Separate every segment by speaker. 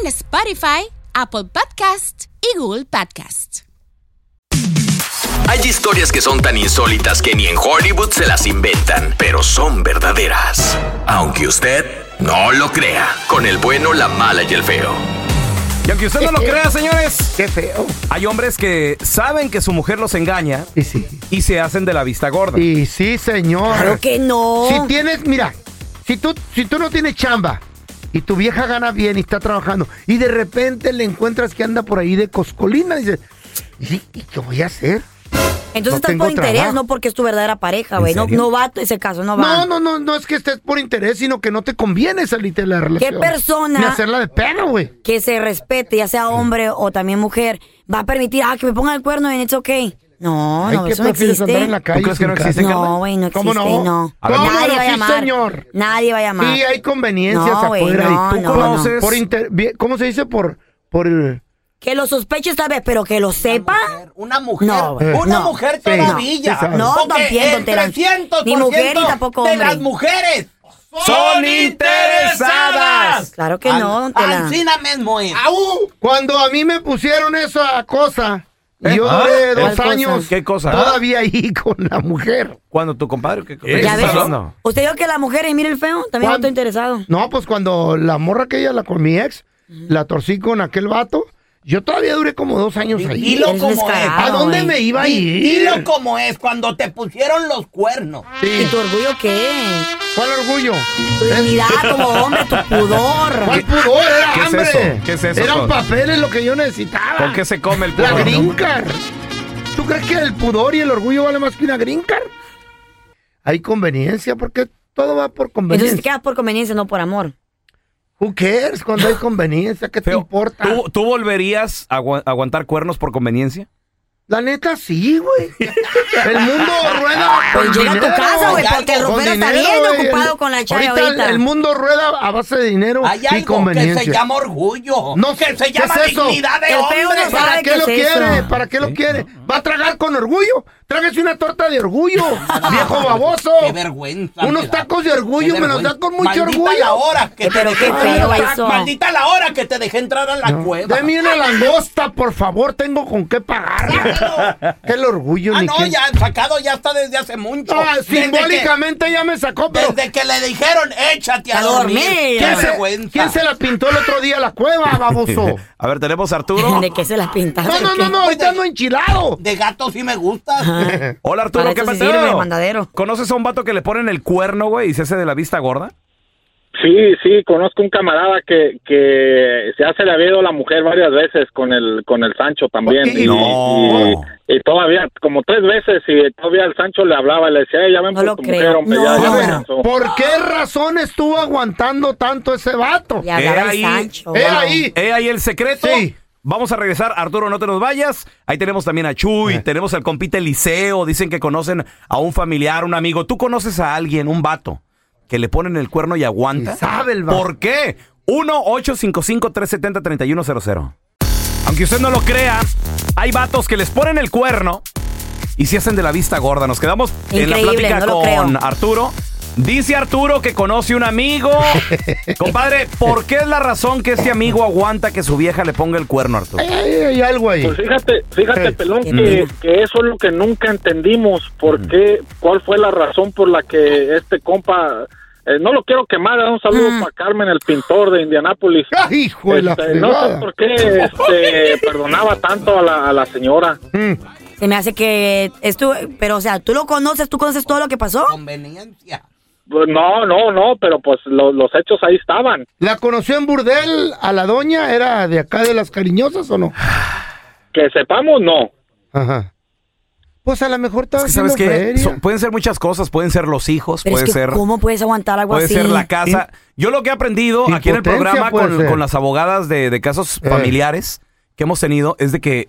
Speaker 1: en Spotify, Apple Podcast y Google Podcast.
Speaker 2: Hay historias que son tan insólitas que ni en Hollywood se las inventan, pero son verdaderas. Aunque usted no lo crea, con el bueno, la mala y el feo.
Speaker 3: Y aunque usted no lo crea, señores,
Speaker 4: Qué feo.
Speaker 3: hay hombres que saben que su mujer los engaña
Speaker 4: Y sí.
Speaker 3: y se hacen de la vista gorda.
Speaker 4: Y sí, señor.
Speaker 5: Claro que no.
Speaker 4: Si tienes, mira, si tú, si tú no tienes chamba y tu vieja gana bien y está trabajando y de repente le encuentras que anda por ahí de coscolina, dices, ¿y, y qué voy a hacer? no
Speaker 5: Entonces estás
Speaker 4: tengo
Speaker 5: por interés,
Speaker 4: trabajo.
Speaker 5: no porque es tu verdadera pareja, güey.
Speaker 3: ¿En
Speaker 5: No,
Speaker 3: serio?
Speaker 5: no va ese caso, no va.
Speaker 4: No, no, no, no es que estés por interés, sino que no te conviene salirte de la relación.
Speaker 5: persona-
Speaker 4: Ni hacerla de pena, güey.
Speaker 5: Que se respete, ya sea hombre o también mujer, va a permitir, ah, que me pongan el cuerno en it's okay. No,
Speaker 4: Ay,
Speaker 5: no,
Speaker 4: ¿qué
Speaker 5: eso no
Speaker 4: prefieres, andar
Speaker 5: existe.
Speaker 4: en la calle
Speaker 3: ¿Tú crees que
Speaker 4: sin
Speaker 3: no
Speaker 4: casa?
Speaker 3: existe?
Speaker 5: No, güey, no existe,
Speaker 4: ¿Cómo no?
Speaker 5: no.
Speaker 3: A ver,
Speaker 4: ¿Cómo
Speaker 5: Nadie
Speaker 4: no?
Speaker 5: va a
Speaker 4: Sí,
Speaker 5: llamar.
Speaker 4: señor.
Speaker 5: Nadie va a llamar.
Speaker 4: Sí, hay conveniencias
Speaker 5: No, güey,
Speaker 4: afuera.
Speaker 5: no,
Speaker 4: y tú
Speaker 5: no,
Speaker 3: no.
Speaker 4: conoces. Por inter- bien- ¿Cómo se dice? Por. por eh,
Speaker 5: Que lo sospeche tal vez, pero que lo sepa.
Speaker 6: Una mujer.
Speaker 5: No, güey.
Speaker 6: una
Speaker 5: No.
Speaker 6: mujer
Speaker 4: Sí,
Speaker 6: todavía.
Speaker 4: sí sabes.
Speaker 5: No,
Speaker 6: Porque
Speaker 5: también, don
Speaker 6: el
Speaker 5: Tela.
Speaker 6: 300%
Speaker 5: Ni mujer, ni tampoco
Speaker 6: de
Speaker 5: hombre.
Speaker 6: las mujeres
Speaker 3: Son interesadas.
Speaker 5: Claro que no, don Tela.
Speaker 6: Ancina mismo es.
Speaker 4: ¡Au! Cuando a mí me pusieron esa cosa, y yo duré dos
Speaker 5: ¿Cuál
Speaker 4: años.
Speaker 5: cosa?
Speaker 3: ¿Qué ¿Eh? ¿Ah? cosa?
Speaker 4: Todavía ahí con la mujer.
Speaker 3: Cuando tu compadre... ¿qué-
Speaker 5: Ya
Speaker 3: ¿Estás
Speaker 5: ves.
Speaker 3: hablando?
Speaker 5: Usted dijo que las mujeres, mire el feo, también no
Speaker 4: ¿Cuán-
Speaker 5: está interesado.
Speaker 4: No, pues cuando la morra que ella la con mi ex, la torcí con aquel vato, yo todavía duré como dos años ahí.
Speaker 6: Dilo
Speaker 5: Eres
Speaker 6: como es.
Speaker 5: descarado,
Speaker 4: ¿A dónde
Speaker 5: güey.
Speaker 4: me iba a ir?
Speaker 6: Dilo como es cuando te pusieron los cuernos.
Speaker 4: Sí.
Speaker 5: ¿Y tu orgullo qué?
Speaker 4: ¿Cuál orgullo? ¿Eh?
Speaker 5: Tu dignidad como hombre, tu pudor.
Speaker 4: ¿Cuál pudor? Era
Speaker 3: qué es
Speaker 4: hambre.
Speaker 3: eso? ¿Qué es eso,
Speaker 4: Eran
Speaker 3: Cos?
Speaker 4: papeles lo que yo necesitaba.
Speaker 3: ¿Con qué se come el
Speaker 4: La
Speaker 3: pueblo?
Speaker 4: green card. ¿Tú crees que el pudor y el orgullo vale más que una green card? Hay conveniencia, porque todo va por
Speaker 5: Entonces te
Speaker 4: conveniencia.
Speaker 5: quedas por conveniencia, no por amor.
Speaker 4: Who cares cuando hay conveniencia? ¿Qué te
Speaker 3: Feo,
Speaker 4: importa?
Speaker 3: ¿tú, tú volverías a agu- aguantar cuernos por conveniencia?
Speaker 4: La neta, sí, güey. El mundo rueda
Speaker 5: Pues
Speaker 4: con
Speaker 5: llega a tu
Speaker 4: dinero.
Speaker 5: casa, güey, porque el
Speaker 4: Con
Speaker 5: ropero está
Speaker 4: dinero,
Speaker 5: bien
Speaker 4: güey.
Speaker 5: ocupado con la chava
Speaker 4: el-
Speaker 5: ahorita.
Speaker 4: El mundo rueda a base de dinero
Speaker 6: Hay
Speaker 4: y
Speaker 6: algo que
Speaker 4: conveniencia.
Speaker 6: se llama orgullo.
Speaker 4: No,
Speaker 6: que
Speaker 4: ¿qué
Speaker 6: se llama
Speaker 4: es eso?
Speaker 6: dignidad de
Speaker 5: El feo
Speaker 6: hombre.
Speaker 5: no sabe.
Speaker 4: ¿Para
Speaker 5: Ay,
Speaker 4: qué,
Speaker 5: ¿qué
Speaker 4: lo
Speaker 5: es eso?
Speaker 4: quiere? ¿Para qué lo quiere? ¿Va a tragar con orgullo? Trágase una torta de orgullo, viejo baboso.
Speaker 6: Qué vergüenza.
Speaker 4: Unos
Speaker 6: me da.
Speaker 4: tacos de orgullo
Speaker 6: Qué
Speaker 4: me los
Speaker 6: vergüenza.
Speaker 4: da con mucho
Speaker 6: Maldita
Speaker 4: orgullo.
Speaker 6: la hora que te
Speaker 5: Pero
Speaker 6: dejé
Speaker 5: qué
Speaker 6: entrar a la-
Speaker 5: feo eso.
Speaker 6: Maldita la hora que te dejé entrar a la cueva.
Speaker 4: Deme una langosta, por favor, tengo con qué pagarla. Qué el orgullo,
Speaker 6: Ah,
Speaker 4: ni
Speaker 6: no,
Speaker 4: qué-
Speaker 6: ya sacado ya está desde hace mucho.
Speaker 4: Ah,
Speaker 6: Desde
Speaker 4: simbólicamente ya me sacó,
Speaker 6: que-
Speaker 4: pero
Speaker 6: Desde que, le dijeron, échate a,
Speaker 5: A
Speaker 6: dormir.
Speaker 5: dormir.
Speaker 6: Qué
Speaker 4: ¿quién se,
Speaker 6: vergüenza.
Speaker 4: quién se la pintó el otro día a la cueva, baboso?
Speaker 3: A ver, tenemos a Arturo.
Speaker 5: ¿De qué se las pintas?
Speaker 4: No, no, no, no, ahorita ando enchilado.
Speaker 6: De gato sí me gusta.
Speaker 3: Hola, Arturo,
Speaker 5: Para
Speaker 3: ¿qué
Speaker 5: eso sí
Speaker 3: pasó?
Speaker 5: sirve, mandadero.
Speaker 3: ¿Conoces a un vato que le ponen el cuerno, güey, y se hace de la vista gorda?
Speaker 7: Sí, sí, conozco un camarada que, que se hace la vida a la mujer varias veces con el con el Sancho también.
Speaker 4: Oye,
Speaker 7: Y-
Speaker 3: no.
Speaker 7: Y, y todavía, como tres veces, y todavía el Sancho le hablaba, le decía, "Ey, ya ven
Speaker 5: No
Speaker 7: por
Speaker 5: lo
Speaker 7: tu
Speaker 5: creo.
Speaker 7: mujer, hombre,
Speaker 5: No.
Speaker 7: ya,
Speaker 4: A
Speaker 7: ya
Speaker 5: Ah,
Speaker 4: ver,
Speaker 7: ven por tu-".
Speaker 4: ¿por qué razón estuvo aguantando tanto ese vato?
Speaker 5: Y hablaba
Speaker 3: ahí-
Speaker 5: el Sancho.
Speaker 4: He ahí.
Speaker 3: He ahí el secreto.
Speaker 4: Sí.
Speaker 3: Vamos a regresar, Arturo, no te nos vayas. Ahí tenemos también a
Speaker 4: Eh.
Speaker 3: Chuy, tenemos al compite Liceo, dicen que conocen a un familiar, un amigo. ¿Tú conoces a alguien, un vato, que le ponen el cuerno y aguanta?
Speaker 4: Y sabe el vato.
Speaker 3: ¿Por qué? 1-855-370-3100. Aunque usted no lo crea, hay vatos que les ponen el cuerno y se hacen de la vista gorda. Nos quedamos en la
Speaker 5: Increíble,
Speaker 3: plática
Speaker 5: no lo
Speaker 3: con
Speaker 5: creo.
Speaker 3: Arturo. Dice Arturo que conoce un amigo. Compadre, ¿por qué es la razón que este amigo aguanta que su vieja le ponga el cuerno, Arturo?
Speaker 4: Ay, ay, ay, algo ahí.
Speaker 7: Pues fíjate, fíjate,
Speaker 4: Sí.
Speaker 7: Pelón,
Speaker 5: Qué
Speaker 7: que,
Speaker 5: pena.
Speaker 7: que eso es lo que nunca entendimos, por qué, cuál fue la razón por la que este compa eh, no lo quiero quemar, un saludo para Carmen, el pintor de Indianápolis.
Speaker 4: ¡Ay, hijo de la
Speaker 7: Este, no sé
Speaker 4: fregada!
Speaker 7: por qué este, perdonaba tanto a la, a la señora.
Speaker 4: Mm,
Speaker 5: Se me hace que es tu- pero o sea, tú lo conoces, tú conoces todo lo que pasó.
Speaker 6: Conveniencia.
Speaker 7: Pues, No, no, no, pero pues lo- los hechos ahí estaban.
Speaker 4: ¿La conoció en Burdel a la doña? ¿Era de acá de las cariñosas o no?
Speaker 7: Que sepamos, no.
Speaker 4: Ajá. Pues a lo mejor estaba
Speaker 3: Es que, ¿sabes
Speaker 4: haciendo
Speaker 3: qué?
Speaker 4: feria.
Speaker 3: Son- pues, pueden ser muchas cosas, pueden ser los hijos,
Speaker 5: Pero
Speaker 3: puede
Speaker 5: es que
Speaker 3: ser...
Speaker 5: ¿cómo puedes aguantar algo
Speaker 3: Puede
Speaker 5: así?
Speaker 3: ser la casa. Yo lo que he aprendido aquí en el
Speaker 4: Impotencia
Speaker 3: programa
Speaker 4: puede
Speaker 3: con,
Speaker 4: ser.
Speaker 3: con las abogadas de, de casos
Speaker 4: Eh.
Speaker 3: familiares que hemos tenido es de que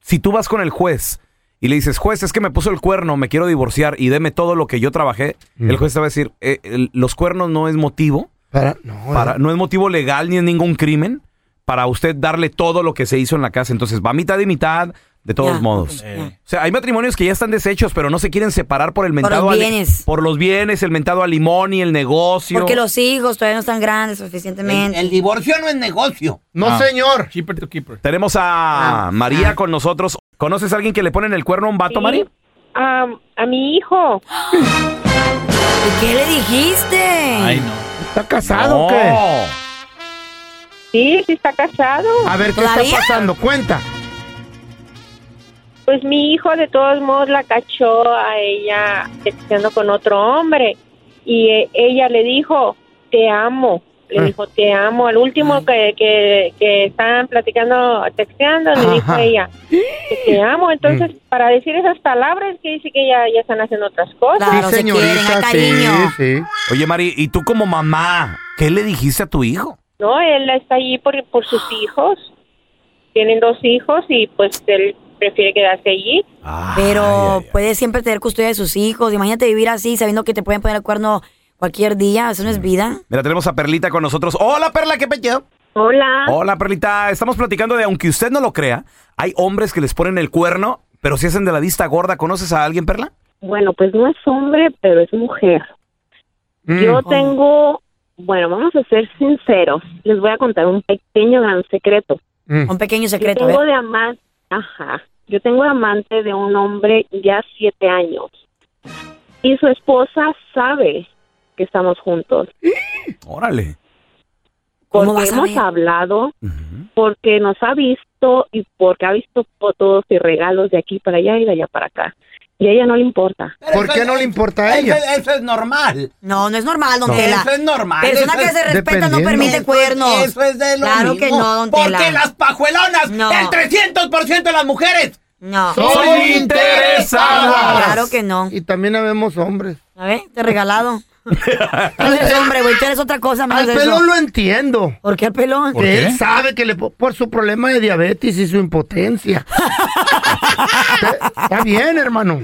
Speaker 3: si tú vas con el juez y le dices, juez, es que me puso el cuerno, me quiero divorciar y deme todo lo que yo trabajé,
Speaker 4: Mm.
Speaker 3: el juez te va a decir, "Eh, el- los cuernos no es motivo,
Speaker 4: Para- no,
Speaker 3: para, no es motivo legal ni es ningún crimen para usted darle todo lo que se hizo en la casa. Entonces va mitad y mitad, de todos
Speaker 5: Ya.
Speaker 3: modos.
Speaker 5: Ya.
Speaker 3: O sea, hay matrimonios que ya están deshechos, pero no se quieren separar por el mentado
Speaker 5: los
Speaker 3: ale-
Speaker 5: bienes.
Speaker 3: por los bienes, el mentado a limón y el negocio.
Speaker 5: Porque los hijos todavía no están grandes
Speaker 6: El,
Speaker 5: suficientemente.
Speaker 6: el divorcio no es negocio.
Speaker 4: no
Speaker 3: ah.
Speaker 4: señor.
Speaker 8: Keeper to keeper.
Speaker 3: Tenemos a
Speaker 5: Ah,
Speaker 3: María
Speaker 5: ah.
Speaker 3: con nosotros. ¿Conoces a alguien que le ponen el cuerno a un vato, Mari?
Speaker 9: Am, a mi hijo.
Speaker 5: ¿Y qué le dijiste?
Speaker 8: Ay, no.
Speaker 4: ¿Está casado
Speaker 3: pues, No.
Speaker 4: o qué?
Speaker 9: Sí, sí está casado.
Speaker 4: A ver, ¿qué
Speaker 5: ¿Todavía?
Speaker 4: está pasando? Cuenta.
Speaker 9: Pues mi hijo de todos modos la cachó a ella texteando con otro hombre y eh, ella le dijo, te amo. Le
Speaker 4: Ah.
Speaker 9: dijo, te amo. Al último que, que, que estaban platicando, texteando, le dijo
Speaker 4: Ajá. Mm.
Speaker 9: ella, que te amo. Entonces, para decir esas palabras, que dice que ya, ya están haciendo otras cosas.
Speaker 5: Claro, se quieren, hay cariño.
Speaker 4: sí, sí.
Speaker 3: Oye, Mari, ¿y tú como mamá, qué le dijiste a tu hijo?
Speaker 9: No, él está allí por, por sus hijos. Tienen dos hijos y pues él prefiere quedarse allí.
Speaker 5: Pero puedes siempre tener custodia de sus hijos. Imagínate vivir así sabiendo que te pueden poner el cuerno cualquier día. Eso no
Speaker 6: Mm.
Speaker 5: es vida.
Speaker 3: Mira, tenemos a Perlita con nosotros. Hola, Perla, qué pecho.
Speaker 9: Hola.
Speaker 3: Hola, Perlita. Estamos platicando de, aunque usted no lo crea, hay hombres que les ponen el cuerno, pero si hacen de la vista gorda. ¿Conoces a alguien, Perla?
Speaker 9: Bueno, pues no es hombre, pero es mujer.
Speaker 5: Mm.
Speaker 9: Yo tengo, bueno, vamos a ser sinceros. Les voy a contar un pequeño gran secreto.
Speaker 4: Mm.
Speaker 5: Un pequeño
Speaker 9: Yo
Speaker 5: secreto. a ver.
Speaker 9: tengo de amante, ajá, yo tengo de amante de un hombre ya siete años y su esposa sabe que estamos juntos
Speaker 3: Órale.
Speaker 9: porque
Speaker 5: ¿Cómo va a
Speaker 9: hemos
Speaker 5: saber?
Speaker 9: hablado, porque nos ha visto y porque ha visto fotos y regalos de aquí para allá y de allá para acá. Y a ella no le importa.
Speaker 6: Pero
Speaker 4: ¿Por
Speaker 6: eso
Speaker 4: qué
Speaker 6: es-
Speaker 4: no le importa a ella?
Speaker 6: Eso, eso es normal.
Speaker 5: No, no es normal, don
Speaker 6: No.
Speaker 5: Tela.
Speaker 6: Eso es normal,
Speaker 5: Persona
Speaker 6: eso
Speaker 5: que
Speaker 6: es-
Speaker 5: se respeta no
Speaker 4: dependiendo.
Speaker 5: permite
Speaker 6: Eso-
Speaker 5: cuernos.
Speaker 6: Eso es de lo
Speaker 5: Claro
Speaker 6: mismo.
Speaker 5: que no, don
Speaker 6: Porque
Speaker 5: Tela.
Speaker 6: las pajuelonas,
Speaker 5: No.
Speaker 6: el 300% de las mujeres.
Speaker 5: No.
Speaker 4: Son interesadas.
Speaker 5: Claro que no.
Speaker 4: Y también habemos hombres.
Speaker 5: A ver, te he regalado. Tú eres hombre, güey. Tú eres otra cosa más
Speaker 4: Al
Speaker 5: de eso.
Speaker 4: pelón lo entiendo.
Speaker 5: ¿Por qué al pelón?
Speaker 4: Que él sabe que le po- por su problema de diabetes y su impotencia. Está- Está bien, hermano.